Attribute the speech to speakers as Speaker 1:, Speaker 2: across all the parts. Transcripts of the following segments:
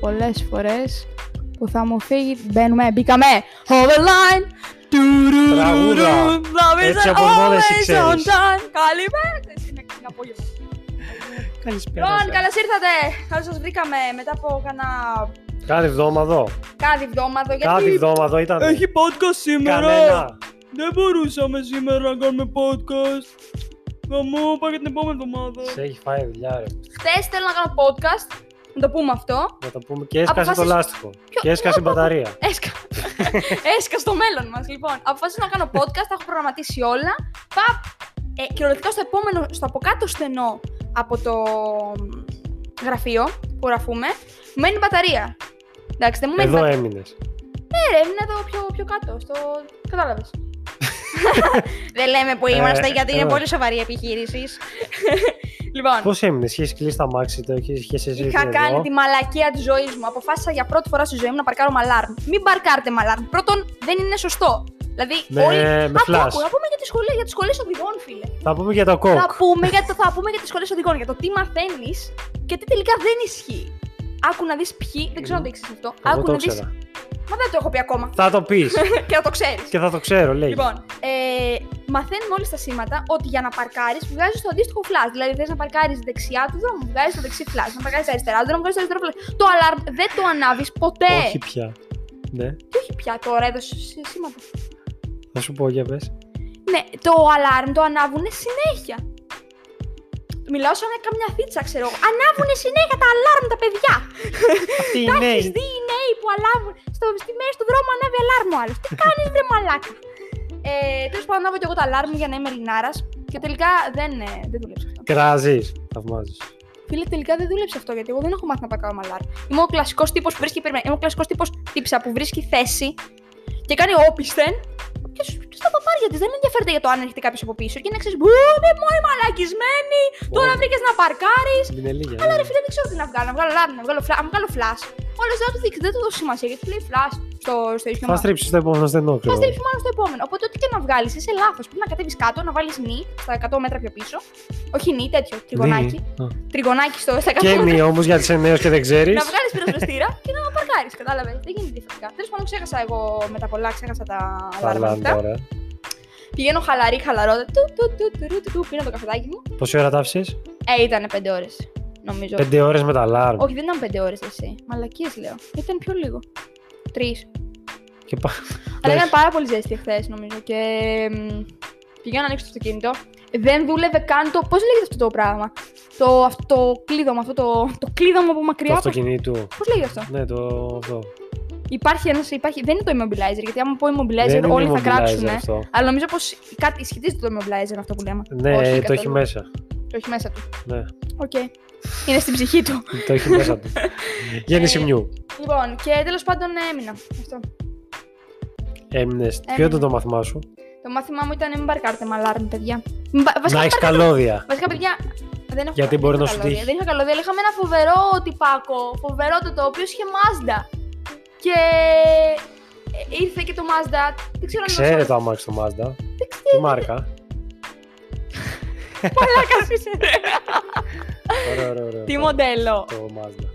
Speaker 1: πολλές φορές που θα μου φύγει. Μπαίνουμε, μπήκαμε! Hold line! Τουρουρουρου,
Speaker 2: Τραγούδα.
Speaker 1: love is
Speaker 2: Έτσι από μόνος εσύ
Speaker 1: always
Speaker 2: ξέρεις.
Speaker 1: on time. Καλημέρα! σας, Είναι είναι απόγευμα.
Speaker 2: Καλησπέρα.
Speaker 1: Λοιπόν,
Speaker 2: σας.
Speaker 1: καλώς ήρθατε! Καλώς σας βρήκαμε μετά από κάνα
Speaker 2: Κάτι εβδόμαδο.
Speaker 1: κάτι βδόμαδο.
Speaker 2: Κάτι
Speaker 1: Γιατί
Speaker 2: εβδόμαδο ήταν.
Speaker 3: podcast σήμερα!
Speaker 2: Κανένα.
Speaker 3: Δεν μπορούσαμε σήμερα να κάνουμε podcast. Γαμό, πάμε για την επόμενη εβδομάδα.
Speaker 2: Σε έχει φάει δουλειά, ρε.
Speaker 1: χθες θέλω να κάνω podcast. Να το πούμε αυτό.
Speaker 2: Να το πούμε. Και έσκασε το
Speaker 1: Αποφάσισες-
Speaker 2: λάστιχο. Και έσκασε η μπαταρία.
Speaker 1: Έσκα. Έσκα στο μέλλον μας. Λοιπόν, αποφάσισα να κάνω podcast, τα έχω προγραμματίσει όλα. Παπ! Ε, κυριολεκτικά στο επόμενο, στο από κάτω στενό από το μ, γραφείο που γραφούμε, μένει μπαταρία. Εντάξει, δεν μου μένει
Speaker 2: Εδώ ε.
Speaker 1: μπαταρία.
Speaker 2: έμεινες.
Speaker 1: Ναι, ρε, είναι εδώ πιο, πιο κάτω. Στο... Κατάλαβες. δεν λέμε που είμαστε
Speaker 2: Ε,
Speaker 1: γιατί είναι
Speaker 2: εδώ.
Speaker 1: πολύ σοβαρή επιχείρηση. λοιπόν,
Speaker 2: Πώς έμεινε, είχε κλείσει τα μάξι το, είχε συζητήσει.
Speaker 1: είχα κάνει τη μαλακία της ζωής μου. Αποφάσισα για πρώτη φορά στη ζωή μου να παρκάρω με alarm. Μην παρκάρετε με alarm. Πρώτον, δεν είναι σωστό. Δηλαδή,
Speaker 2: Με,
Speaker 1: όλοι.
Speaker 2: με
Speaker 1: Α, το
Speaker 2: φλάσ.
Speaker 1: άκου, να πούμε για τι σχολέ για τις σχολές οδηγών, φίλε.
Speaker 2: Θα πούμε για το κόκ.
Speaker 1: Θα πούμε, για το, θα πούμε για τις σχολές οδηγών, για το τι μαθαίνεις και τι τελικά δεν ισχύει. Άκου να δεις ποιοι. Δεν ξέρω αν το ήξερε αυτό.
Speaker 2: Εγώ
Speaker 1: Άκου
Speaker 2: το
Speaker 1: να δεις.
Speaker 2: ήξερα.
Speaker 1: Μα δεν το έχω πει ακόμα.
Speaker 2: Θα το πεις
Speaker 1: και να το ξέρεις.
Speaker 2: και θα το ξέρω, λέει.
Speaker 1: Λοιπόν, ε, μαθαίνουμε όλοι στα σήματα ότι για να παρκάρεις βγάζεις το αντίστοιχο flash. Δηλαδή, θες να παρκάρεις δεξιά του δρόμου, βγάζεις το δεξί flash. Να παρκάρεις αριστερά του δρόμου, βγάζεις το αριστερό flash. Το alarm δεν το ανάβεις ποτέ.
Speaker 2: Όχι πια. Ναι,
Speaker 1: Τι όχι πια τώρα, έδωσε σε σήματα.
Speaker 2: θα σου πω για πες.
Speaker 1: Ναι, το alarm το ανάβουν συνέχεια. Μιλάω σαν να καμιά θίτσα, ξέρω εγώ. Ανάβουν συνέχεια τα alarm τα παιδιά.
Speaker 2: Αυτή
Speaker 1: Τα
Speaker 2: είναι.
Speaker 1: έχει δει οι νέοι που αλάβουν. Στο, στη μέση του δρόμου ανάβει αλάρμ ο άλλος. Τι κάνεις, βρε μαλάκα. Ε, Τέλος πάντων, ανάβω και εγώ τα αλάρμ για να είμαι Ελληνάρας. Και τελικά δεν, ε, δεν δούλεψε αυτό.
Speaker 2: Κράζεις. Θαυμάζεις.
Speaker 1: Φίλε, τελικά δεν δούλεψε αυτό γιατί εγώ δεν έχω μάθει να πακάω με αλάρμ. Είμαι ο κλασικός τύπος που βρίσκει. Περιμένε, είμαι ο κλασικός τύπος τύψα που βρίσκει θέση και κάνει όπισθεν. Και σου- και στα παπάρια της δεν με ενδιαφέρεται για το αν έρχεται κάποιος από πίσω. Και να ξέρεις, Μπού, είμαι μόλι μαλακισμένη. Τώρα βρήκες να παρκάρεις.
Speaker 2: Στην Ελίγια.
Speaker 1: Αλλά ρε φίλε, δεν ξέρω τι να βγάλω. Να βγάλω λάδι, να βγάλω φλα, να βγάλω φλάσ. Όλε δεν του δείξεις, δεν του δώσει σημασία γιατί λέει φλάσ στο, στο ίδιο
Speaker 2: Θα
Speaker 1: μάτι.
Speaker 2: στρίψεις το επόμενο στενό.
Speaker 1: Θα
Speaker 2: ξέρω.
Speaker 1: στρίψεις μάλλον στο επόμενο. Οπότε, ό,τι και να βγάλεις, είσαι λάθος. Πρέπει να κατέβεις κάτω, να βάλεις νη στα 100 μέτρα πιο πίσω. Όχι νη, τέτοιο τριγωνάκι.
Speaker 2: Ναι. Α.
Speaker 1: Τριγωνάκι στο στα 100
Speaker 2: Και
Speaker 1: μέτρα.
Speaker 2: μη όμως για τι εννέε και δεν ξέρεις.
Speaker 1: Να βγάλεις πυροσβεστήρα και να παρκάρεις. Κατάλαβες. Δεν γίνεται διαφορετικά. Τέλος πάντων, ξέχασα εγώ με τα πολλά, ξέχασα τα
Speaker 2: Καλά
Speaker 1: αλαρμαντικά.
Speaker 2: τώρα.
Speaker 1: Πηγαίνω χαλαρή, χαλαρότα. Του, του, του, του, του, του, του, πίνω το καφεδάκι μου.
Speaker 2: Πόση ώρα ταύσεις,
Speaker 1: Ε, ήταν 5 ώρες. Νομίζω.
Speaker 2: Πέντε ώρες με τα alarm.
Speaker 1: Όχι, δεν ήταν πέντε ώρες εσύ. Μαλακίες λέω. Ήταν πιο λίγο. Τρεις.
Speaker 2: Και πά...
Speaker 1: Αλλά ήταν
Speaker 2: Εντάξει.
Speaker 1: πάρα πολύ ζέστη χθες, νομίζω. Και μ, πηγαίνω να ανοίξω το αυτοκίνητο. Δεν δούλευε καν το. Πώς λέγεται αυτό το πράγμα. Το, αυτό, το κλείδωμα, αυτό το, το κλείδωμα από
Speaker 2: Το
Speaker 1: μακριά.
Speaker 2: αυτοκινήτου.
Speaker 1: Πώς λέγεται αυτό.
Speaker 2: Ναι, το αυτό.
Speaker 1: Υπάρχει ένας. Υπάρχει, δεν είναι το immobilizer, γιατί άμα πω
Speaker 2: Δεν
Speaker 1: immobilizer
Speaker 2: είναι
Speaker 1: όλοι θα
Speaker 2: immobilizer
Speaker 1: κράξουν.
Speaker 2: αυτό.
Speaker 1: Αλλά νομίζω πως κάτι σχετίζεται το immobilizer αυτό που λέμε.
Speaker 2: Ναι,
Speaker 1: Όχι,
Speaker 2: το
Speaker 1: καθόλου.
Speaker 2: έχει μέσα.
Speaker 1: Το έχει μέσα του.
Speaker 2: Ναι,
Speaker 1: Οκ. Είναι στην ψυχή του.
Speaker 2: το έχει μέσα του. Γέννηση
Speaker 1: Ε,
Speaker 2: μιού.
Speaker 1: λοιπόν, και τέλος πάντων έμεινα. Αυτό.
Speaker 2: Έμεινες. Ποιο
Speaker 1: έμεινε.
Speaker 2: ήταν το μαθημά σου,
Speaker 1: Το μάθημά μου ήταν μην παρκάρετε με alarm, παιδιά. Μην πα- Βασικά,
Speaker 2: Να
Speaker 1: μην
Speaker 2: έχει
Speaker 1: παρκάρετε-
Speaker 2: καλώδια.
Speaker 1: Βασικά, παιδιά, δεν έχω
Speaker 2: Γιατί
Speaker 1: δεν
Speaker 2: μπορεί
Speaker 1: είχα
Speaker 2: να σου
Speaker 1: καλώδια.
Speaker 2: τύχει.
Speaker 1: Δεν είχα καλώδια, αλλά είχαμε ένα φοβερό τυπάκο. Φοβερό το οποίο είχε Mazda. Και ε, ήρθε και το Mazda. Δεν ξέρω αν
Speaker 2: Ξέρετε το αμάξι το Mazda.
Speaker 1: Δεν ξέρω.
Speaker 2: Τι μάρκα.
Speaker 1: Μαλάκας είσαι.
Speaker 2: Ωραίο, ωραίο, ωραίο.
Speaker 1: Τι
Speaker 2: Το-
Speaker 1: μοντέλο.
Speaker 2: Το Mazda.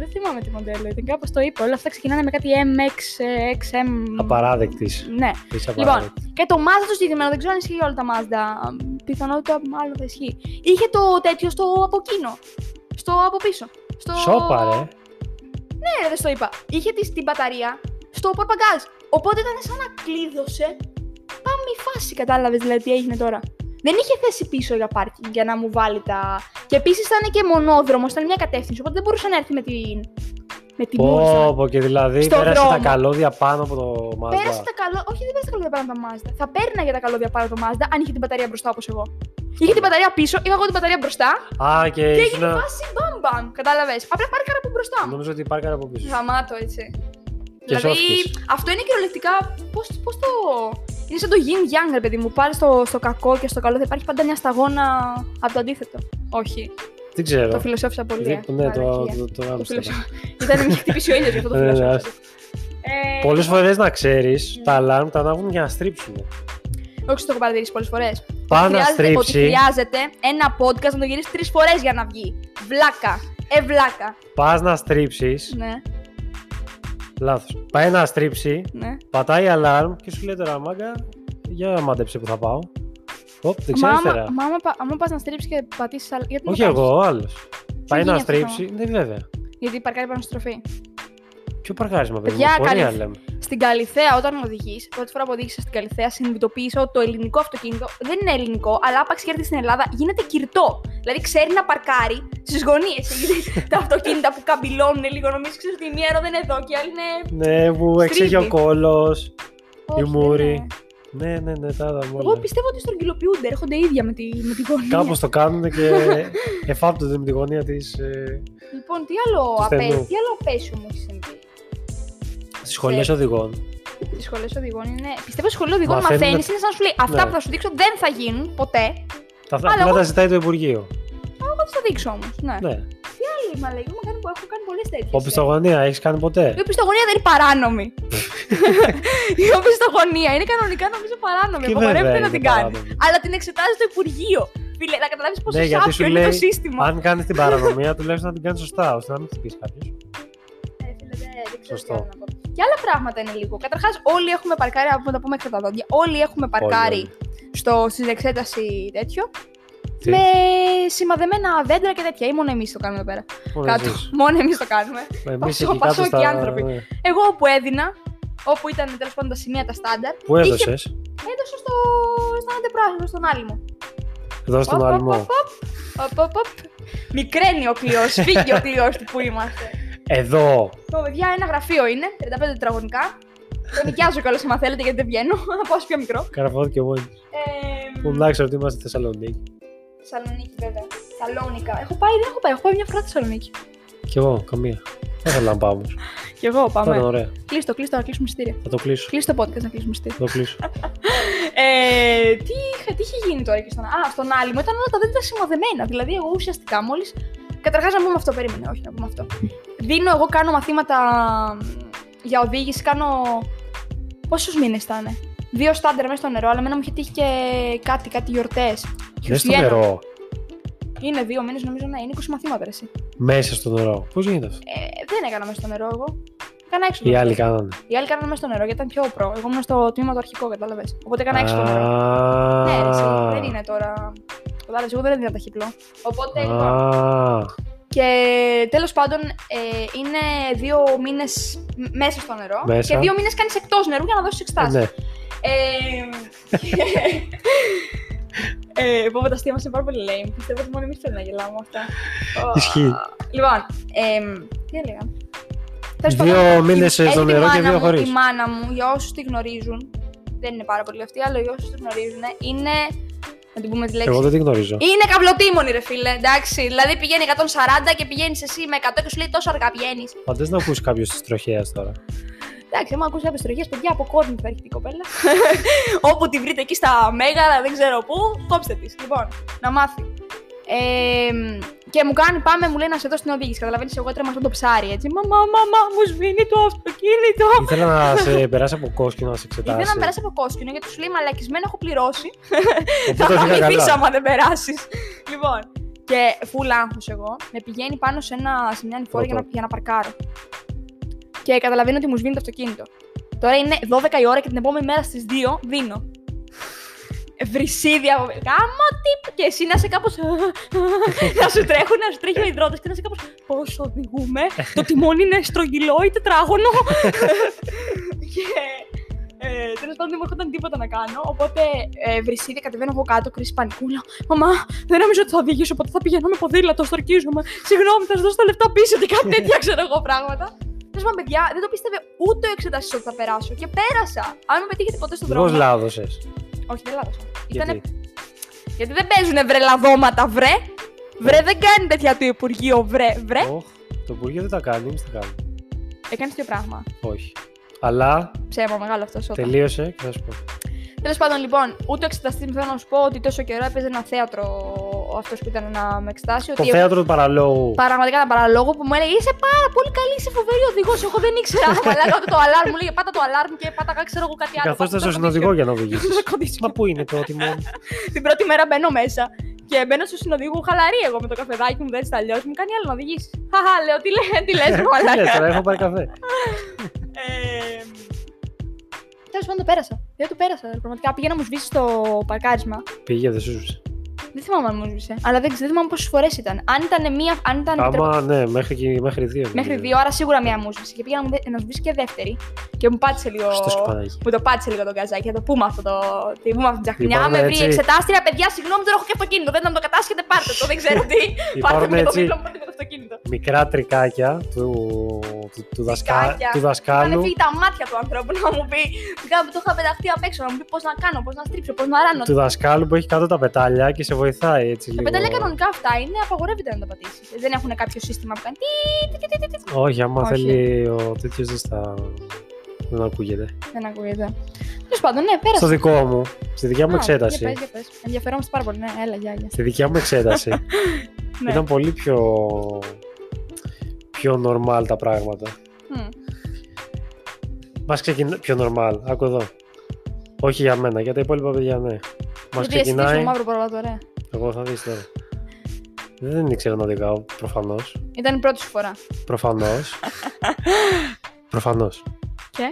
Speaker 1: Δεν θυμάμαι τι μοντέλο ήταν. Κάπως το είπα. Όλα αυτά ξεκινάνε με κάτι MX, ε, XM.
Speaker 2: Απαράδεκτης.
Speaker 1: Ναι.
Speaker 2: Είσαι
Speaker 1: Λοιπόν,
Speaker 2: απαράδεκτης.
Speaker 1: και το Mazda το συγκεκριμένο, δεν ξέρω αν ισχύει για όλα τα Mazda. Πιθανότητα μάλλον θα ισχύει. Είχε το τέτοιο στο από εκείνο. Στο από πίσω. Στο...
Speaker 2: Σόπα, ρε.
Speaker 1: Ναι, ρε, δεν στο είπα. Είχε τη, την μπαταρία στο πορπαγκάζ. Οπότε ήταν σαν να κλείδωσε. Πάμε η φάση, κατάλαβες δηλαδή τι έγινε τώρα. Δεν είχε θέση πίσω για πάρκινγκ για να μου βάλει τα. Και επίσης ήταν και μονόδρομος, ήταν μια κατεύθυνση. Οπότε δεν μπορούσε να έρθει με την. Με την Μούρισα.
Speaker 2: Πω, πω, και δηλαδή
Speaker 1: Στον
Speaker 2: πέρασε τα
Speaker 1: δρόμο.
Speaker 2: καλώδια πάνω από το Mazda.
Speaker 1: Πέρασε τα καλό. Όχι, δεν πέρασε τα καλώδια πάνω από τα Mazda. Θα παίρναγε τα καλώδια πάνω από το Mazda αν είχε την μπαταρία μπροστά όπως εγώ. Είχε την μπαταρία πίσω, είχα εγώ την μπαταρία μπροστά
Speaker 2: Α, και
Speaker 1: και έγινε
Speaker 2: ήσουν.
Speaker 1: φάση μπαμ μπαμ. Κατάλαβες. Απλά πάρκαρα από μπροστά μου.
Speaker 2: Νομίζω ότι πάρκαρα από πίσω.
Speaker 1: Γαμάτο έτσι.
Speaker 2: Και
Speaker 1: δηλαδή,
Speaker 2: σώθηκες.
Speaker 1: αυτό είναι κυριολεκτικά. Πώς πώς το. Είναι σαν το yin yang, ρε παιδί μου. Πάρε στο, στο κακό και στο καλό. Θα υπάρχει πάντα μια σταγόνα από το αντίθετο. Όχι.
Speaker 2: Δεν ξέρω.
Speaker 1: Το φιλοσόφισα πολύ.
Speaker 2: Δεν-
Speaker 1: ε.
Speaker 2: Ε, Ναι, το-
Speaker 1: Μαλακία.
Speaker 2: το- το
Speaker 1: Το
Speaker 2: άμυσα.
Speaker 1: φιλοσόφισα. Ήταν μια χτυπήσει ο ήλιος γι' αυτό το
Speaker 2: Ναι, ναι,
Speaker 1: φιλοσόφισα.
Speaker 2: άστο.
Speaker 1: Ε,
Speaker 2: Πολλές φορές να ξέρεις,
Speaker 1: Mm.
Speaker 2: τα alarm τα ανάβουν για να στρίψουν.
Speaker 1: Όχι, το έχω παρατηρήσει πολλές φορές.
Speaker 2: Πάνε να
Speaker 1: Χρειάζεται, λοιπόν, ότι
Speaker 2: στρίψει.
Speaker 1: χρειάζεται ένα podcast να το γυρίσεις τρεις φορές για να βγει. Βλάκα. Ε, βλάκα.
Speaker 2: Πας να στρίψεις.
Speaker 1: Ναι,
Speaker 2: Λάθος. Πάει να στρίψει,
Speaker 1: ναι.
Speaker 2: πατάει alarm και σου λέει τώρα μάγκα. Για μάντεψε που θα πάω. Οπ, δεν
Speaker 1: Μα
Speaker 2: ξέρει
Speaker 1: άμα,
Speaker 2: τώρα.
Speaker 1: μα άμα, πα- άμα πας να στρίψεις και πατήσεις άλλο... Γιατί το
Speaker 2: Όχι
Speaker 1: κάνεις?
Speaker 2: εγώ, ο άλλο. Πάει να
Speaker 1: γίνεται αυτό το
Speaker 2: στρίψει. Ναι, βέβαια.
Speaker 1: Γιατί παρκάρει πάνω στη στροφή.
Speaker 2: Ποιο παρκάρισμα, παιδί μου.
Speaker 1: Παιδιά,
Speaker 2: Πορεία
Speaker 1: καλή-
Speaker 2: λέμε.
Speaker 1: Στην Καλυθέα, όταν οδηγείς, πρώτη φορά που οδήγησα στην Καλυθέα, συνειδητοποίησα ότι το ελληνικό αυτοκίνητο δεν είναι ελληνικό, αλλά άπαξ και έρθει στην Ελλάδα γίνεται κυρτό. Δηλαδή ξέρει να παρκάρει στις γωνίες. τα αυτοκίνητα που καμπυλώνουν λίγο, νομίζεις ξέρεις, ότι η μία ρο δεν είναι εδώ και η άλλη είναι.
Speaker 2: Ναι, μου
Speaker 1: Στρίβει.
Speaker 2: εξήγει ο κόλο.
Speaker 1: Όχι, δεν
Speaker 2: μούρη.
Speaker 1: είναι.
Speaker 2: Ναι, ναι, ναι, τα είδαμε
Speaker 1: Εγώ
Speaker 2: όλα.
Speaker 1: πιστεύω ότι στρογγυλοποιούνται, έρχονται ίδια με τη, με τη γωνία.
Speaker 2: Κάπως το κάνουν και εφάπτονται με τη γωνία ε, τη.
Speaker 1: Λοιπόν, τι άλλο
Speaker 2: Του
Speaker 1: απέσιο
Speaker 2: στενού.
Speaker 1: τι άλλο απέσιο μου έχεις συμβεί.
Speaker 2: Στις σχολές οδηγών.
Speaker 1: Στις σχολές οδηγών είναι. Πιστεύω στις σχολές οδηγών
Speaker 2: Μαθαίνουν-
Speaker 1: μαθαίνεις, είναι σαν να σου λέει αυτά
Speaker 2: Ναι.
Speaker 1: που θα σου δείξω δεν θα γίνουν ποτέ.
Speaker 2: Τα
Speaker 1: Αλλά
Speaker 2: απλά
Speaker 1: εγώ-
Speaker 2: τα ζητάει το Υπουργείο.
Speaker 1: Εγώ θα σου τα δείξω όμως. Ναι.
Speaker 2: Ναι.
Speaker 1: Άλλη μαλακή μου κάνει που έχω κάνει πολλές τέτοιες.
Speaker 2: Οπισθογωνία, έχεις κάνει ποτέ.
Speaker 1: Η οπισθογωνία δεν είναι παράνομη. η οπισθογωνία είναι κανονικά νομίζω παράνομη.
Speaker 2: Και
Speaker 1: Απαγορεύεται
Speaker 2: βέβαια
Speaker 1: να
Speaker 2: είναι
Speaker 1: την κάνει.
Speaker 2: παράνομη.
Speaker 1: Αλλά την εξετάζει το Υπουργείο. Φίλε, να καταλάβεις πόσο
Speaker 2: Ναι, γιατί σου
Speaker 1: σάπιο είναι το
Speaker 2: λέει,
Speaker 1: σύστημα.
Speaker 2: Αν κάνεις την παρανομία, τουλάχιστον να την κάνεις σωστά, ώστε να μην χτυπήσει κάποιος.
Speaker 1: Ε, φίλε, δεν- δεν ξέρω
Speaker 2: Σωστό.
Speaker 1: τι άλλο να πω. Και άλλα πράγματα είναι λίγο. Καταρχάς, όλοι έχουμε παρκάρει, από τα πούμε μέχρι τα δόντια, όλοι έχουμε παρκάρει στο, στην εξέταση τέτοιο.
Speaker 2: Τι?
Speaker 1: Με σημαδεμένα δέντρα και τέτοια. Ή μόνο εμείς το κάνουμε εδώ πέρα. Κάτω. Μόνο εμείς το κάνουμε.
Speaker 2: Εμεί
Speaker 1: Πασόκ,
Speaker 2: Ε, εκεί κάτω
Speaker 1: Πασόκ οι
Speaker 2: στα...
Speaker 1: άνθρωποι.
Speaker 2: ναι.
Speaker 1: Εγώ όπου έδινα, όπου ήταν τέλος πάντων τα σημεία τα στάνταρ,
Speaker 2: Πού
Speaker 1: Είχε-
Speaker 2: έδωσες,
Speaker 1: έδωσα στο, στον αντεπρόσωπο, στον άλλη μου.
Speaker 2: εδώ στον
Speaker 1: Οπ, οπ,
Speaker 2: αλμό.
Speaker 1: οπ, Οπ, οπ, οπ. Μικραίνει ο κλειός, φύγει ο κλειός του που είμαστε.
Speaker 2: Εδώ.
Speaker 1: Το παιδιά ένα γραφείο είναι, 35 τετραγωνικά. Το νοικιάζω κιόλας άμα θέλετε γιατί δεν βγαίνω. Να πάω σε πιο μικρό.
Speaker 2: Καραφώθηκε εγώ.
Speaker 1: Ε,
Speaker 2: Που να ξέρω ότι είμαστε στη Θεσσαλονίκη.
Speaker 1: Θεσσαλονίκη, βέβαια. Θεσσαλονίκα. Έχω πάει, δεν έχω πάει. Έχω πάει μια φορά στη Θεσσαλονίκη.
Speaker 2: Κι εγώ, καμία. Δεν θέλω να πάω όμως.
Speaker 1: Κι εγώ
Speaker 2: Ήταν
Speaker 1: πάμε.
Speaker 2: ωραία.
Speaker 1: Κλείστο, κλείστο, να κλείσουμε εισιτήρια.
Speaker 2: Θα το κλείσω.
Speaker 1: Κλείστο podcast να κλείσουμε εισιτήρια.
Speaker 2: Θα το κλείσω.
Speaker 1: Ε, τι, είχε, τι είχε γίνει τώρα και στον, α, στον άλλη μου, ήταν όλα τα δέντρα σημαδεμένα. Δηλαδή, εγώ ουσιαστικά μόλις. Καταρχάς, να πούμε αυτό, περίμενε, όχι να πούμε αυτό. Δίνω, εγώ κάνω μαθήματα μ, για οδήγηση, κάνω. Πόσους μήνες ήταν, Δύο στάντερ μέσα στο νερό, αλλά εμένα μου είχε τύχει και κάτι, κάτι γιορτές.
Speaker 2: Δεν στο νερό.
Speaker 1: Είναι δύο μήνες, νομίζω να είναι 20 μαθήματα. ρε Εσύ.
Speaker 2: Μέσα στο νερό. Πώς γίνεται αυτό.
Speaker 1: Ε, δεν έκανα μέσα στο νερό εγώ. Έκανα έξω.
Speaker 2: Οι
Speaker 1: το
Speaker 2: άλλοι
Speaker 1: νερό.
Speaker 2: κάνανε.
Speaker 1: Οι άλλοι κάνανε μέσα στο νερό γιατί ήταν πιο προ. Εγώ ήμουν στο τμήμα το αρχικό, κατάλαβες. Οπότε έκανα έξω το νερό.
Speaker 2: Α,
Speaker 1: Ναι, ρε, εσύ, δεν είναι τώρα. Κατάλαβες, εγώ δεν έδινα ταχυπλό. Οπότε λοιπόν.
Speaker 2: Α,
Speaker 1: Και τέλος πάντων ε, είναι δύο μήνες μέσα στο νερό.
Speaker 2: Μέσα.
Speaker 1: Και δύο μήνες κάνεις εκτός νερού για να δώσεις εξετάσει.
Speaker 2: ναι.
Speaker 1: Ε, ε, πω, πω, τα αστεία μας είναι πάρα πολύ lame. Πιστεύω ότι μόνο εμείς θέλουμε να γελάμε αυτά. Ω,
Speaker 2: Ισχύει.
Speaker 1: Λοιπόν, εμ, τι έλεγα. Τέλος
Speaker 2: Δύο
Speaker 1: πάντων,
Speaker 2: μήνες
Speaker 1: η-
Speaker 2: στο
Speaker 1: έχει τη
Speaker 2: νερό και
Speaker 1: μάνα
Speaker 2: δύο
Speaker 1: μου-
Speaker 2: χωρίς.
Speaker 1: Η μάνα μου, για όσους τη γνωρίζουν, δεν είναι πάρα πολύ αυτή, αλλά για όσους τη γνωρίζουν, είναι, να την πούμε τη λέξη,
Speaker 2: Εγώ δεν την γνωρίζω.
Speaker 1: είναι καυλοτήμονη ρε φίλε, εντάξει. Δηλαδή πηγαίνει 140 και πηγαίνεις εσύ με 100 και σου λέει τόσο αργά πηγαίνει.
Speaker 2: Φαντάζεσαι να ακούσει κάποιος της τροχέας τώρα.
Speaker 1: Εντάξει, άμα ακούσει κάποιες τροχές, παιδιά από κόρνη θα έρχεται η κοπέλα. Όπου τη βρείτε εκεί στα μέγαρα, δεν ξέρω πού, κόψτε της. Λοιπόν, να μάθει. Ε, και μου κάνει, πάμε, μου λέει να σε δω στην οδήγηση. Καταλαβαίνεις, εγώ έτρεμα αυτό το ψάρι έτσι. Μαμά, μαμά, μου σβήνει το αυτοκίνητο.
Speaker 2: Ήθελα να σε περάσει από κόσκινο να σε εξετάσει.
Speaker 1: Ήθελα να περάσει από κόσκινο γιατί σου λέει μαλακισμένο έχω πληρώσει.
Speaker 2: Οπότε
Speaker 1: Θα
Speaker 2: το πήγα
Speaker 1: φωνηθείς
Speaker 2: καλά.
Speaker 1: άμα δεν περάσεις. Λοιπόν. Και φουλ άγχος εγώ. Με πηγαίνει πάνω σε, ένα, σε μια ανηφόρα για, να,
Speaker 2: Ρωτώ.
Speaker 1: για να παρκάρω. Και καταλαβαίνω ότι μου σβήνει το αυτοκίνητο. Τώρα είναι 12 η ώρα και την επόμενη μέρα στις 2 δίνω. Βρυσίδι από Γάμο τύπ! Και εσύ να είσαι κάπως. να σου τρέχουν, να σου τρέχει ο υδρότα και να είσαι κάπως. Πώς οδηγούμε. το τιμόνι είναι στρογγυλό ή τετράγωνο. και ε, τέλος πάντων δεν μου έρχονταν τίποτα να κάνω. Οπότε ε, βρυσίδι, κατεβαίνω εγώ κάτω, κρίση πανικού. Λέω, Μαμά, δεν νόμιζα ότι θα οδηγήσω, οπότε θα πηγαίνω με ποδήλατο, στορκίζομαι. Συγγνώμη, θα σου δώσω τα λεφτά πίσω και κάτι τέτοια ξέρω εγώ πράγματα. Τέλος πάντων, παιδιά, δεν το πίστευε ούτε ο εξετάσιο ότι θα περάσω. Και πέρασα. Αν με πετύχετε ποτέ στον
Speaker 2: Πώ
Speaker 1: δρόμο.
Speaker 2: λάδωσες.
Speaker 1: Όχι, δεν λάθο. Ήτανε...
Speaker 2: Γιατί.
Speaker 1: Γιατί δεν παίζουνε βρε λαδώματα, βρε. Βρε, δεν κάνει τέτοια το Υπουργείο, βρε. βρε.
Speaker 2: Οχ, Το Υπουργείο δεν τα κάνει, εμεί τα κάνουμε.
Speaker 1: Έκανε τέτοιο πράγμα.
Speaker 2: Όχι. Αλλά
Speaker 1: Ψέμα μεγάλο αυτός.
Speaker 2: τελείωσε και θα σου πω.
Speaker 1: Τέλος πάντων, λοιπόν, ούτε ο εξεταστή μου θέλω να σου πω ότι τόσο καιρό έπαιζε ένα θέατρο αυτός που ήταν να με εξετάσει.
Speaker 2: Το
Speaker 1: Ότι
Speaker 2: θέατρο του παραλόγου.
Speaker 1: Πραγματικά ήταν παραλόγο που μου έλεγε Είσαι πάρα πολύ καλή, είσαι φοβερή οδηγός. Εγώ δεν ήξερα. Μαλάκα, όταν το αλάρμ μου λέγε Πάτα το αλάρμ και πάταγα, ξέρω εγώ κάτι άλλο.
Speaker 2: Καθώς
Speaker 1: πάτα
Speaker 2: στο
Speaker 1: το
Speaker 2: συνοδηγό για να οδηγήσεις.
Speaker 1: κονδύσιο. Το κονδύσιο.
Speaker 2: Μα πού είναι το τιμόνι.
Speaker 1: Την πρώτη μέρα μπαίνω μέσα και μπαίνω στο συνοδηγό χαλαρή εγώ με το καφεδάκι μου, δεν έτσι αλλιώς. Μου κάνει άλλο να οδηγήσεις. Χαχά, λέω τι λες, τι λες,
Speaker 2: Τι λες, τώρα,
Speaker 1: μαλάκα.
Speaker 2: έχω πάρει καφέ.
Speaker 3: Ε,
Speaker 1: Τέλος πάντων το πέρασα. Δεν το πέρασα. Πραγματικά πήγα να μου σβήσει το παρκάρισμα.
Speaker 2: Πήγε, δεν σου ζούσε.
Speaker 1: Δεν θυμάμαι αν μου σβήσε. Αλλά δεν ξέρω, δεν θυμάμαι πόσες φορές ήταν. Αν ήταν μία. Αν ήταν
Speaker 2: Άμα, ναι, μέχρι, εκεί- μέχρι δύο.
Speaker 1: Μέχρι
Speaker 2: νομίζω.
Speaker 1: δύο, άρα σίγουρα μία μου σβήσε. Και πήγα να μου, δε- να σβήσει και δεύτερη. Και μου πάτησε λίγο.
Speaker 2: Στο σκουπαδάκι.
Speaker 1: Μου το πάτησε λίγο το καζάκι, θα το πούμε αυτό το. Τι πούμε αυτή την τσαχνιά.
Speaker 2: Υπάρχουν
Speaker 1: Με βρει
Speaker 2: έτσι-
Speaker 1: εξετάστρια, παιδιά, συγγνώμη, δεν έχω και αυτοκίνητο. Δεν θα μου το κατάσχετε, πάρτε το. Δεν ξέρω τι. πάρτε
Speaker 2: Υπάρχουν
Speaker 1: με το
Speaker 2: έτσι
Speaker 1: δίπλωμα, πάρτε με το αυτοκίνητο.
Speaker 2: μικρά τρικάκια του, του, του, δασκα-
Speaker 1: Τρικάκια.
Speaker 2: του
Speaker 1: Είχαν
Speaker 2: δασκάλου.
Speaker 1: φύγει τα μάτια του ανθρώπου να μου πει. Κάπου το είχα πεταχτεί απ' έξω, να μου πει πώς να κάνω, πώς να στρίψω, πώς να ράνω.
Speaker 2: του δασκάλου που έχει κάτω τα πετάλια και σε βοηθάει έτσι
Speaker 1: Τα
Speaker 2: λίγο.
Speaker 1: πετάλια κανονικά αυτά είναι, απαγορεύεται να τα πατήσεις. Δεν έχουν κάποιο σύστημα που κάνει. Τι, τι, τι, τι, τι, τι.
Speaker 2: Όχι, άμα
Speaker 1: Όχι.
Speaker 2: θέλει ο τέτοιος δεν στα. Δεν ακούγεται.
Speaker 1: Δεν ακούγεται. Τέλος πάντων, ναι, πέρασε.
Speaker 2: Στο δικό μου, στη δικιά μου
Speaker 1: Α,
Speaker 2: εξέταση.
Speaker 1: Για πες, για πες. Ενδιαφερόμαστε πάρα πολύ. Ναι, έλα, γεια, γεια.
Speaker 2: Στη δικιά μου εξέταση
Speaker 1: Ναι.
Speaker 2: ήταν πολύ πιο. πιο normal τα πράγματα.
Speaker 1: Μμ.
Speaker 2: Μα ξεκινάει. πιο normal, άκου εδώ. Όχι για μένα, για τα υπόλοιπα παιδιά, ναι.
Speaker 1: Γιατί
Speaker 2: Μα
Speaker 1: εσύ δείχνεις
Speaker 2: ξεκινάει.
Speaker 1: το μαύρο πρόβατο, ωραία.
Speaker 2: Εγώ θα δεις τώρα. Δεν ήξερα να οδηγάω, προφανώς.
Speaker 1: Ήταν η πρώτη σου φορά.
Speaker 2: Προφανώς. προφανώς.
Speaker 1: Και?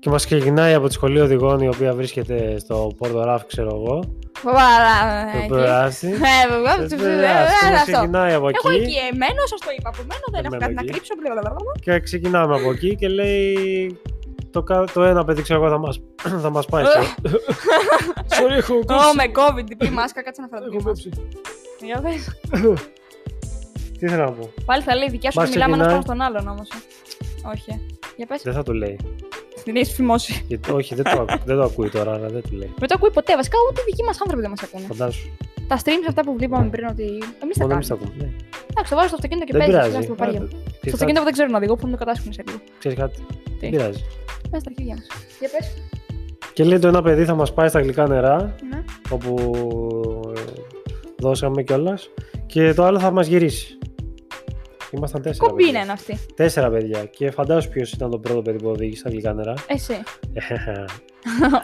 Speaker 2: Και μας ξεκινάει από τη σχολή οδηγών η οποία βρίσκεται στο Πόρτο Ράφ, ξέρω εγώ.
Speaker 1: Βαβάρα.
Speaker 2: Το Πράσι.
Speaker 1: Ε, βέβαια,
Speaker 2: Ε,
Speaker 1: ψ- ψ-
Speaker 2: βέβαια,
Speaker 1: ε,
Speaker 2: αυτό
Speaker 1: ε, αυτό.
Speaker 2: Ξεκινάει από
Speaker 1: Εγώ εκεί
Speaker 2: εκεί
Speaker 1: εμένω, σας το είπα. Από μένα δεν έχω
Speaker 2: Εμένω
Speaker 1: κάτι να
Speaker 2: εκεί.
Speaker 1: κρύψω. μπλα, μπλα, μπλα, μπλα.
Speaker 2: και ξεκινάμε από εκεί και λέει το, κα- το ένα παιδί ξέρω εγώ θα μας, θα μας πάει στο... Sorry, έχω
Speaker 1: Ω,
Speaker 2: κόψει.
Speaker 1: με COVID, διπλή μάσκα, κάτσε να φροντίσω.
Speaker 2: Έχω κόψει.
Speaker 1: Για πες.
Speaker 2: Τι θέλω να πω.
Speaker 1: Πάλι θα λέει η δικιά σου
Speaker 2: Μας
Speaker 1: ότι μιλάμε ένας πάνω
Speaker 2: ξεκινάει.
Speaker 1: στον άλλον όμως. Όχι. ε. Για πες.
Speaker 2: Δεν θα το λέει.
Speaker 1: Την έχει φημώσει.
Speaker 2: Γιατί, όχι, δεν το, ακού- δεν το ακούει τώρα, αλλά δεν το λέει.
Speaker 1: Δεν το ακούει ποτέ. Βασικά ούτε οι δικοί μας άνθρωποι δεν μας ακούνε.
Speaker 2: Φαντάσου.
Speaker 1: Τα streams αυτά που βλέπαμε πριν ότι. Εμείς τα
Speaker 2: Μόνο
Speaker 1: κάνουμε.
Speaker 2: εμείς τα ακούμε. ναι.
Speaker 1: Εντάξει, το βάζω στο αυτοκίνητο και
Speaker 2: Δεν
Speaker 1: παίζει.
Speaker 2: πειράζει.
Speaker 1: σιγά-σιγά πάρει.
Speaker 2: Άντε,
Speaker 1: Στο
Speaker 2: τι θα-
Speaker 1: αυτοκίνητο που δεν ξέρω να οδηγώ, που μου το κατάσχουν σε λίγο.
Speaker 2: Ξέρεις κάτι. Δεν πειράζει.
Speaker 1: Μέσα στα αρχίδια μα. Για πες.
Speaker 2: Και λέει το ένα παιδί θα μας πάει στα γλυκά νερά,
Speaker 1: Ναι.
Speaker 2: όπου ε, δώσαμε κιόλας. και το άλλο θα μας γυρίσει. Ήμασταν τέσσερα.
Speaker 1: Κομπή
Speaker 2: παιδιά.
Speaker 1: είναι αυτή.
Speaker 2: Τέσσερα παιδιά. Και φαντάσου ποιος ήταν το πρώτο παιδί που οδήγησε στα γλυκά νερά.
Speaker 1: Ε, Εσύ.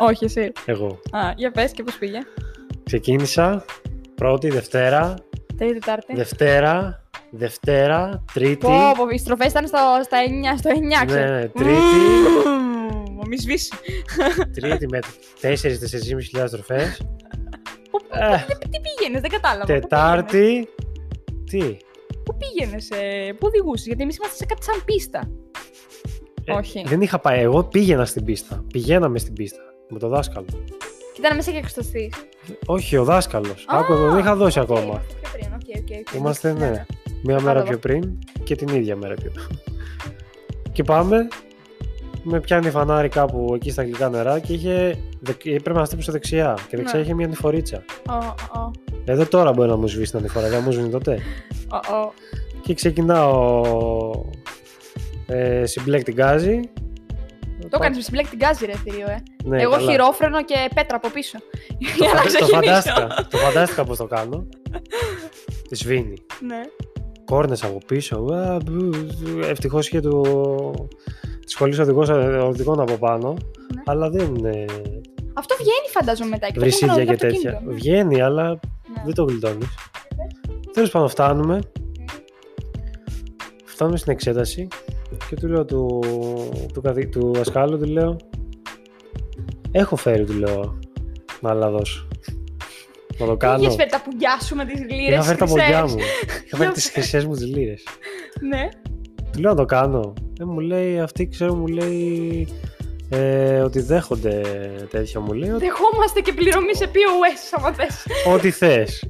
Speaker 1: Όχι, εσύ.
Speaker 2: Εγώ.
Speaker 1: Α, για πες και πώς πήγε.
Speaker 2: Ξεκίνησα πρώτη, Δευτέρα,
Speaker 1: Τρίτη, Τετάρτη.
Speaker 2: Δευτέρα, Δευτέρα, Τρίτη.
Speaker 1: Ε. Πω, πω, οι στροφές ήταν στο, στα 9, στο 9,
Speaker 2: ναι,
Speaker 1: ξέρω.
Speaker 2: ναι, Τρίτη,
Speaker 1: Μμμ, Μη σβήσει.
Speaker 2: Τρίτη με 4-4.500 τροφές.
Speaker 1: Πού- Τι πήγαινες, δεν κατάλαβα. Πού πήγαινες,
Speaker 2: Ε, Τετάρτη. Τι.
Speaker 1: Πού πήγαινες, Πού οδηγούσες, Γιατί εμείς είμαστε σε κάτι σαν πίστα.
Speaker 2: Ε,
Speaker 1: Όχι.
Speaker 2: Δεν είχα πάει. Εγώ πήγαινα στην πίστα. Πηγαίναμε στην πίστα. Με το δάσκαλο.
Speaker 1: Και ήταν μέσα και εξωστής.
Speaker 2: Όχι, ο δάσκαλος. Άκου εδώ, δεν είχα δώσει ακόμα.
Speaker 1: Είμαστε πιο πριν, οκ, οκ, οκ.
Speaker 2: Είμαστε, ναι. Μία
Speaker 1: Κατάλαβα.
Speaker 2: μέρα πιο πριν και την ίδια μέρα πιο πριν. και πάμε. Με πιάνει φανάρι κάπου εκεί στα αγγλικά νερά και είχε. δε- Πρέπει να στρίψω δεξιά. Και δεξιά
Speaker 1: Ναι.
Speaker 2: είχε μια νηφορίτσα.
Speaker 1: Ω, ω,
Speaker 2: Εδώ τώρα μπορεί να μου σβήσει την ανηφορά, δεν μου σβήνει τότε.
Speaker 1: ω, ω.
Speaker 2: Και ξεκινάω. Ε, συμπλέκ την γκάζι.
Speaker 1: Το έκανες με συμπλέκτη την γκάζι, ρε θηρίο, ε.
Speaker 2: Ναι,
Speaker 1: Εγώ
Speaker 2: καλά.
Speaker 1: χειρόφρενο και πέτρα από πίσω. Για να
Speaker 2: Το- Το
Speaker 1: ξεκινήσω.
Speaker 2: φαντάστηκα. το φαντάστηκα πώς το κάνω. Σβήνει.
Speaker 1: Ναι.
Speaker 2: Κόρνες από πίσω. Ευτυχώς είχε του. Τη σχολή ε, οδηγών από πάνω.
Speaker 1: Ναι.
Speaker 2: Αλλά δεν ε, είναι.
Speaker 1: Αυτό βγαίνει, φαντάζομαι μετά. και το
Speaker 2: Βρυσίδια
Speaker 1: κάνουν
Speaker 2: και
Speaker 1: όλο το
Speaker 2: τέτοια.
Speaker 1: αυτοκίνητο.
Speaker 2: Βγαίνει, αλλά
Speaker 1: Ναι.
Speaker 2: δεν το γλιτώνεις. Τέλος πάντων, φτάνουμε. Φτάνουμε στην εξέταση και του λέω του, του, καθη- του δασκάλου, του λέω Έχω φέρει, του λέω, να αλλά δώσω. Να το κάνω.
Speaker 1: Είχες φέρει τα πουγκιά σου με τις λύρες.
Speaker 2: Είχα φέρει τα
Speaker 1: τις
Speaker 2: ποδιά
Speaker 1: χρυσές.
Speaker 2: μου. Είχα φέρει τις χρυσές μου τις λύρες.
Speaker 1: Ναι.
Speaker 2: Του λέω να το κάνω. Ε, μου λέει, αυτή ξέρω, μου λέει ε, ότι δέχονται τέτοια. Μου λέει ότι,
Speaker 1: Δεχόμαστε και πληρωμή σε POS, άμα θες.
Speaker 2: ό,τι θες.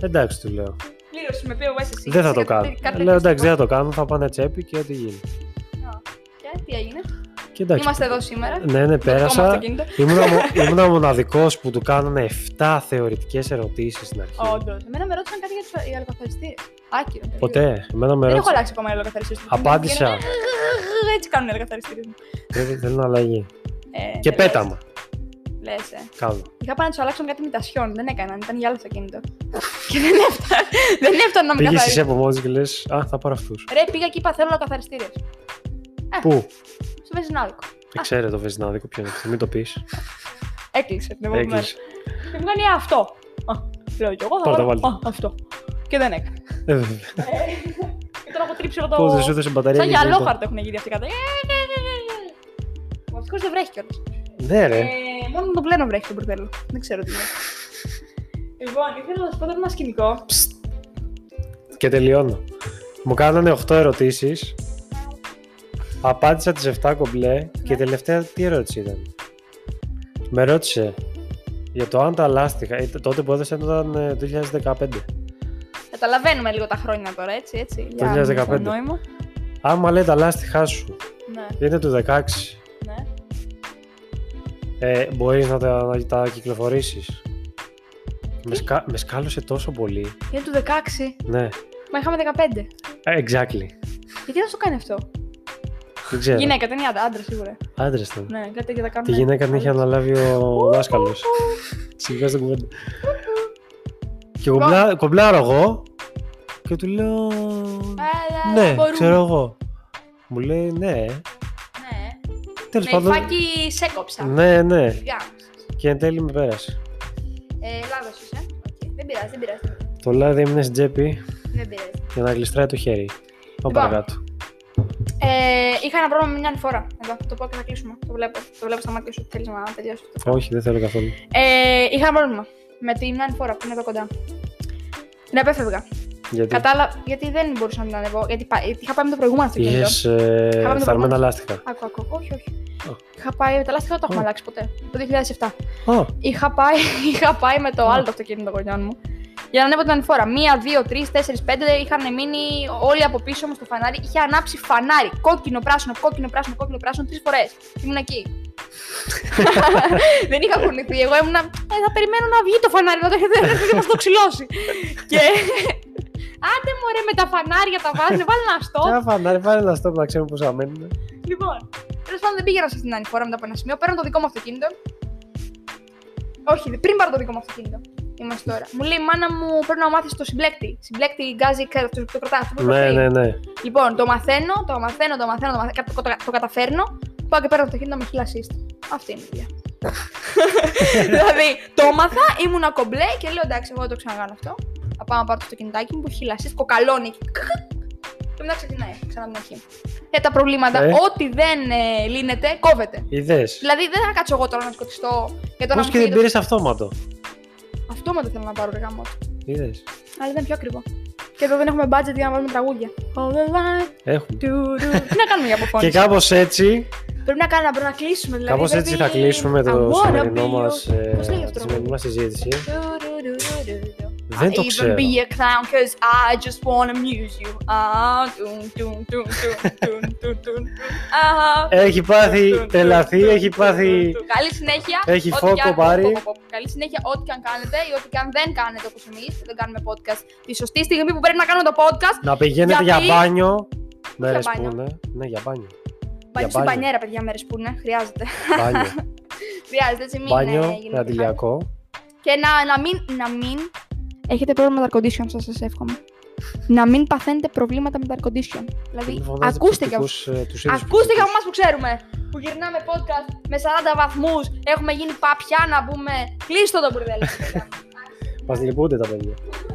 Speaker 2: Εντάξει, του λέω.
Speaker 1: Πλήρωση με POS εσύ.
Speaker 2: Δεν θα
Speaker 1: Σε
Speaker 2: το
Speaker 1: κάτι-
Speaker 2: κάνω.
Speaker 1: κάτι
Speaker 2: Λέω
Speaker 1: τέτοιο
Speaker 2: εντάξει, δεν
Speaker 1: στοιχείο.
Speaker 2: θα το κάνω, θα πάνε τσέπη και ό,τι γίνει.
Speaker 1: Και Τι έγινε.
Speaker 2: Και εντάξει,
Speaker 1: Είμαστε εδώ σήμερα.
Speaker 2: Ναι, ναι,
Speaker 1: Ακόμα
Speaker 2: πέρασα.
Speaker 1: αυτοκίνητο.
Speaker 2: Ήμουνα, μο- ήμουνα ο μοναδικός που του κάνανε 7 θεωρητικές ερωτήσεις στην αρχή.
Speaker 1: Όντως. Εμένα με ρώτησαν κάτι για τους α- αλκοθαριστήρες. Άκυρο. τελείως.
Speaker 2: Ποτέ, εμένα με
Speaker 1: Δεν έχω
Speaker 2: ρώτησε.
Speaker 1: αλλάξει ακόμα αλκοθαριστήρες.
Speaker 2: Απάντησα.
Speaker 1: Έτσι κάνουν οι αλκοθαριστήρες.
Speaker 2: Θέλω- Θέλω να αλλαγή.
Speaker 1: Ε,
Speaker 2: Και
Speaker 1: τελείως.
Speaker 2: πέταμα.
Speaker 1: Λες. Ε.
Speaker 2: Κάνω.
Speaker 1: Είχα πάει να τους αλλάξω κάτι μητασιών. Δεν έκαναν, ήταν για άλλο στο κινητό. και δεν έφτανα. δεν έφτανα να με
Speaker 2: Πήγε εσύ
Speaker 1: καθαρίσει.
Speaker 2: από μόνος και λες, Α, θα πάρω αυτούς.
Speaker 1: Ρε, πήγα και είπα: Θέλω να καθαριστήρε.
Speaker 2: Πού?
Speaker 1: Στο βεζινάδικο.
Speaker 2: Δεν ξέρω το βεζινάδικο ποιο είναι. Μην το πεις.
Speaker 1: Έκλεισε την επόμενη μέρα.
Speaker 2: Έκλεισε.
Speaker 1: Και μου κάνει «Ε, αυτό. Α, λέω κι εγώ θα
Speaker 2: Πάρ' το,
Speaker 1: βάλω
Speaker 2: βάλτε.
Speaker 1: «Α, αυτό. Και δεν έκανα.
Speaker 2: Ε,
Speaker 1: Και τώρα έχω τρίψει εγώ
Speaker 2: Πώς δεν σου
Speaker 1: το.
Speaker 2: έδωσε μπαταρία.
Speaker 1: Σαν
Speaker 2: για να το-
Speaker 1: γυαλόχαρτο έχουν γίνει αυτοί κάτω. Ε, ε, ε, ε, ε. Ευτυχώς δεν βρέχει κιόλας.
Speaker 2: Ναι, ρε.
Speaker 1: Ε, μόνο με τον πλένο βρέχει το μπουρδέλο. Δεν ξέρω τι είναι. Λοιπόν, ήθελα να σα πω τώρα ένα σκηνικό.
Speaker 2: Και τελειώνω. Μου κάνανε 8 ερωτήσεις. Απάντησα τις 7 κομπλέ και η τελευταία τι ερώτηση ήταν. Με ρώτησε για το αν τα λάστιχα. ε, τότε που έδωσε ήταν ε, το 2015.
Speaker 1: Καταλαβαίνουμε λίγο τα χρόνια τώρα, έτσι, έτσι. για να μην
Speaker 2: 2015.
Speaker 1: έχει Νόημα.
Speaker 2: Άμα λέει τα λάστιχά σου
Speaker 1: Ναι,
Speaker 2: είναι του 16,
Speaker 1: ναι.
Speaker 2: ε, μπορείς να τα, να τα κυκλοφορήσεις. Με, σκα- με σκάλωσε τόσο πολύ.
Speaker 1: Είναι του 16.
Speaker 2: Ναι,
Speaker 1: Μα είχαμε 15.
Speaker 2: Ε, exactly.
Speaker 1: Γιατί να σου κάνει αυτό.
Speaker 2: Δεν ξέρω.
Speaker 1: Γυναίκα, δεν είναι άντρα, άντρας σίγουρα.
Speaker 2: Άντρες ήταν.
Speaker 1: Ναι, κάτι τέτοιο θα κάνουμε.
Speaker 2: Τη γυναίκα την είχε αναλάβει ο δάσκαλο. Συγγνώμη στην κουβέντα. Και
Speaker 1: Λοιπόν.
Speaker 2: κομπλά, κομπλάρω εγώ και του λέω.
Speaker 1: Αλλά
Speaker 2: Ναι,
Speaker 1: Ε, μπορούμε.
Speaker 2: ξέρω εγώ. Μου λέει ναι.
Speaker 1: Ναι.
Speaker 2: Τέλος
Speaker 1: Με
Speaker 2: πάντων.
Speaker 1: φάκι σε κόψα.
Speaker 2: Ναι, ναι.
Speaker 1: Γεια.
Speaker 2: Και εν τέλει με πέρασε.
Speaker 1: Ε, λάθος είσαι. Οκ. Δεν πειράζει, δεν πειράζει.
Speaker 2: Το λάδι έμεινες στην τσέπη
Speaker 1: Δεν πειράζει.
Speaker 2: για να γλιστράει το χέρι. Πάμε
Speaker 1: Λοιπόν.
Speaker 2: παρακάτω.
Speaker 1: Ε, είχα ένα πρόβλημα μια άλλη φορά. Εδώ, θα το πω και θα κλείσουμε. Το βλέπω, το βλέπω στα μάτια σου. Θέλεις να τελειώσει.
Speaker 2: Όχι, δεν θέλω καθόλου.
Speaker 1: Ε, είχα ένα πρόβλημα με την άλλη φορά που είναι εδώ κοντά. Την απέφευγα.
Speaker 2: Γιατί
Speaker 1: Κατάλαβα γιατί δεν μπορούσα να την ανεβώ. Γιατί πα- είχα πάει με το προηγούμενο αυτοκίνητο.
Speaker 2: είχε ε,
Speaker 1: Πάμε το
Speaker 2: φθαρμένα
Speaker 1: επόμενο.
Speaker 2: λάστιχα.
Speaker 1: Άκου, άκου, άκου, όχι, όχι.
Speaker 2: Α.
Speaker 1: Είχα πάει με τα λάστιχα, δεν τα έχουμε
Speaker 2: Α.
Speaker 1: αλλάξει ποτέ. Το 2007.
Speaker 2: Α,
Speaker 1: Είχα πάει, είχα πάει με το
Speaker 2: Α.
Speaker 1: άλλο το αυτοκίνητο των γονιών μου. Για να ανέβω την ανηφόρα. Μία, δύο, τρεις, τέσσερις, πέντε είχαν μείνει όλοι από πίσω μου στο φανάρι. Είχε ανάψει φανάρι. Κόκκινο, πράσινο, κόκκινο, πράσινο, κόκκινο, πράσινο τρεις φορές. Ήμουν εκεί. δεν είχα κουνηθεί. Εγώ ήμουνα. Ε, θα περιμένω να βγει το φανάρι, να το έχετε να μας το ξυλώσει. και. Άντε μωρέ με τα φανάρια τα βάζουν, βάλε ένα στόπ.
Speaker 2: ποια φανάρι, πάρε ένα στόπ να ξέρουμε πώ θα μένουν.
Speaker 1: Λοιπόν, τέλος πάντων δεν πήγαινα σε αυτήν την ανηφόρα μετά από ένα σημείο. Παίρνω το δικό μου αυτοκίνητο. Όχι, δε- πριν πάρω το δικό μου αυτοκίνητο. Είμαστε τώρα. Μου λέει η μάνα μου πρέπει να μάθεις το συμπλέκτη. Συμπλέκτη γκάζι, ξέρετε, αυτός που το κρατά. Αυτό που το
Speaker 2: Ναι,
Speaker 1: κρύβει.
Speaker 2: ναι, ναι.
Speaker 1: Λοιπόν, το μαθαίνω, το μαθαίνω, το μαθαίνω, το, μαθαίνω, το, το- το καταφέρνω. Πάω και παίρνω το αυτοκίνητο με χίλια assist. Αυτή είναι η δουλειά. δηλαδή, το μάθα, ήμουν κομπλέ και λέω εντάξει, εγώ το ξανακάνω αυτό. Θα πάω να πάρω το αυτοκινητάκι μου που χίλια assist, κοκαλώνει. Και μετά ξεκινάει ξανά από την αρχή. Ε, τα προβλήματα,
Speaker 2: Ε.
Speaker 1: ό,τι δεν ε, λύνεται, κόβεται.
Speaker 2: Ιδέες.
Speaker 1: Δηλαδή, δεν θα κάτσω εγώ τώρα να σκοτιστώ για το να
Speaker 2: Πώ
Speaker 1: μου
Speaker 2: και δεν
Speaker 1: φύγει το-
Speaker 2: πήρε αυτόματο.
Speaker 1: Αυτό μου το θέλω να πάρω, ρε γάμο.
Speaker 2: Είδε.
Speaker 1: Αλλά ήταν πιο ακριβό. Και εδώ δεν έχουμε budget για να βάλουμε τραγούδια. All the light,
Speaker 2: Έχουμε.
Speaker 1: do, do. Τι να κάνουμε για αποφώνηση.
Speaker 2: Και κάπω
Speaker 1: Δηλαδή,
Speaker 2: έτσι,
Speaker 1: Πρέπει να κάνουμε, πρέπει να κλείσουμε. Δηλαδή,
Speaker 2: κάπως έτσι θα
Speaker 1: πρέπει-
Speaker 2: κλείσουμε
Speaker 1: I
Speaker 2: το
Speaker 1: wanna
Speaker 2: σημερινό
Speaker 1: be
Speaker 2: μας,
Speaker 1: your-
Speaker 2: ε,
Speaker 1: Πώς λέγεται
Speaker 2: τη
Speaker 1: αυτό το
Speaker 2: σημερινή μας συζήτηση.
Speaker 1: τραγούδι?
Speaker 2: Δεν το
Speaker 1: I
Speaker 2: ξέρω.
Speaker 1: even be a clown cause I just wanna amuse you. Ah, dun, dun, dun, dun, dun, dun, dun. Ah,
Speaker 2: Έχει Ε, πάθει
Speaker 1: dun,
Speaker 2: τρελαθεί,
Speaker 1: dun,
Speaker 2: έχει
Speaker 1: dun,
Speaker 2: πάθει...
Speaker 1: dun, dun. Καλή συνέχεια.
Speaker 2: Έχει
Speaker 1: ό,τι
Speaker 2: φόκο
Speaker 1: και αν-
Speaker 2: πάρει.
Speaker 1: πω, πω, πω. Καλή συνέχεια, ό,τι και αν κάνετε ή ό,τι και αν δεν κάνετε όπως εμείς, που δεν κάνουμε podcast. Τη σωστή στιγμή που πρέπει να κάνουμε το podcast,
Speaker 2: Να πηγαίνετε για
Speaker 1: Γιατί-
Speaker 2: μπάνιο, μέρες που
Speaker 1: μπάνιο.
Speaker 2: είναι. Ναι, για μπάνιο.
Speaker 1: πάνε στην
Speaker 2: μπάνιο.
Speaker 1: πανιέρα, παιδιά, μέρες που είναι. Χρειάζεται.
Speaker 2: Μπάνιο,
Speaker 1: ε, Χρειάζεται, έτσι μην ε,
Speaker 2: μπάνιο
Speaker 1: γίνεται χάλια.
Speaker 2: νατιλιακό.
Speaker 1: Και να, να, μην, να μην έχετε πρόβλημα με τα air condition, σας, σας εύχομαι. να μην παθαίνετε προβλήματα με τα air condition. Δηλαδή,
Speaker 2: Μην φοβάστε
Speaker 1: ακούστε και
Speaker 2: τους τυπικούς, ε, τους ίδιους
Speaker 1: Ακούστε για
Speaker 2: τυπικούς.
Speaker 1: εμάς που ξέρουμε. Που γυρνάμε podcast με 40 βαθμούς. Έχουμε γίνει παπιά να πούμε. Κλείστο το μπουρδέλο.
Speaker 2: Μας λυπούνται τα παιδιά.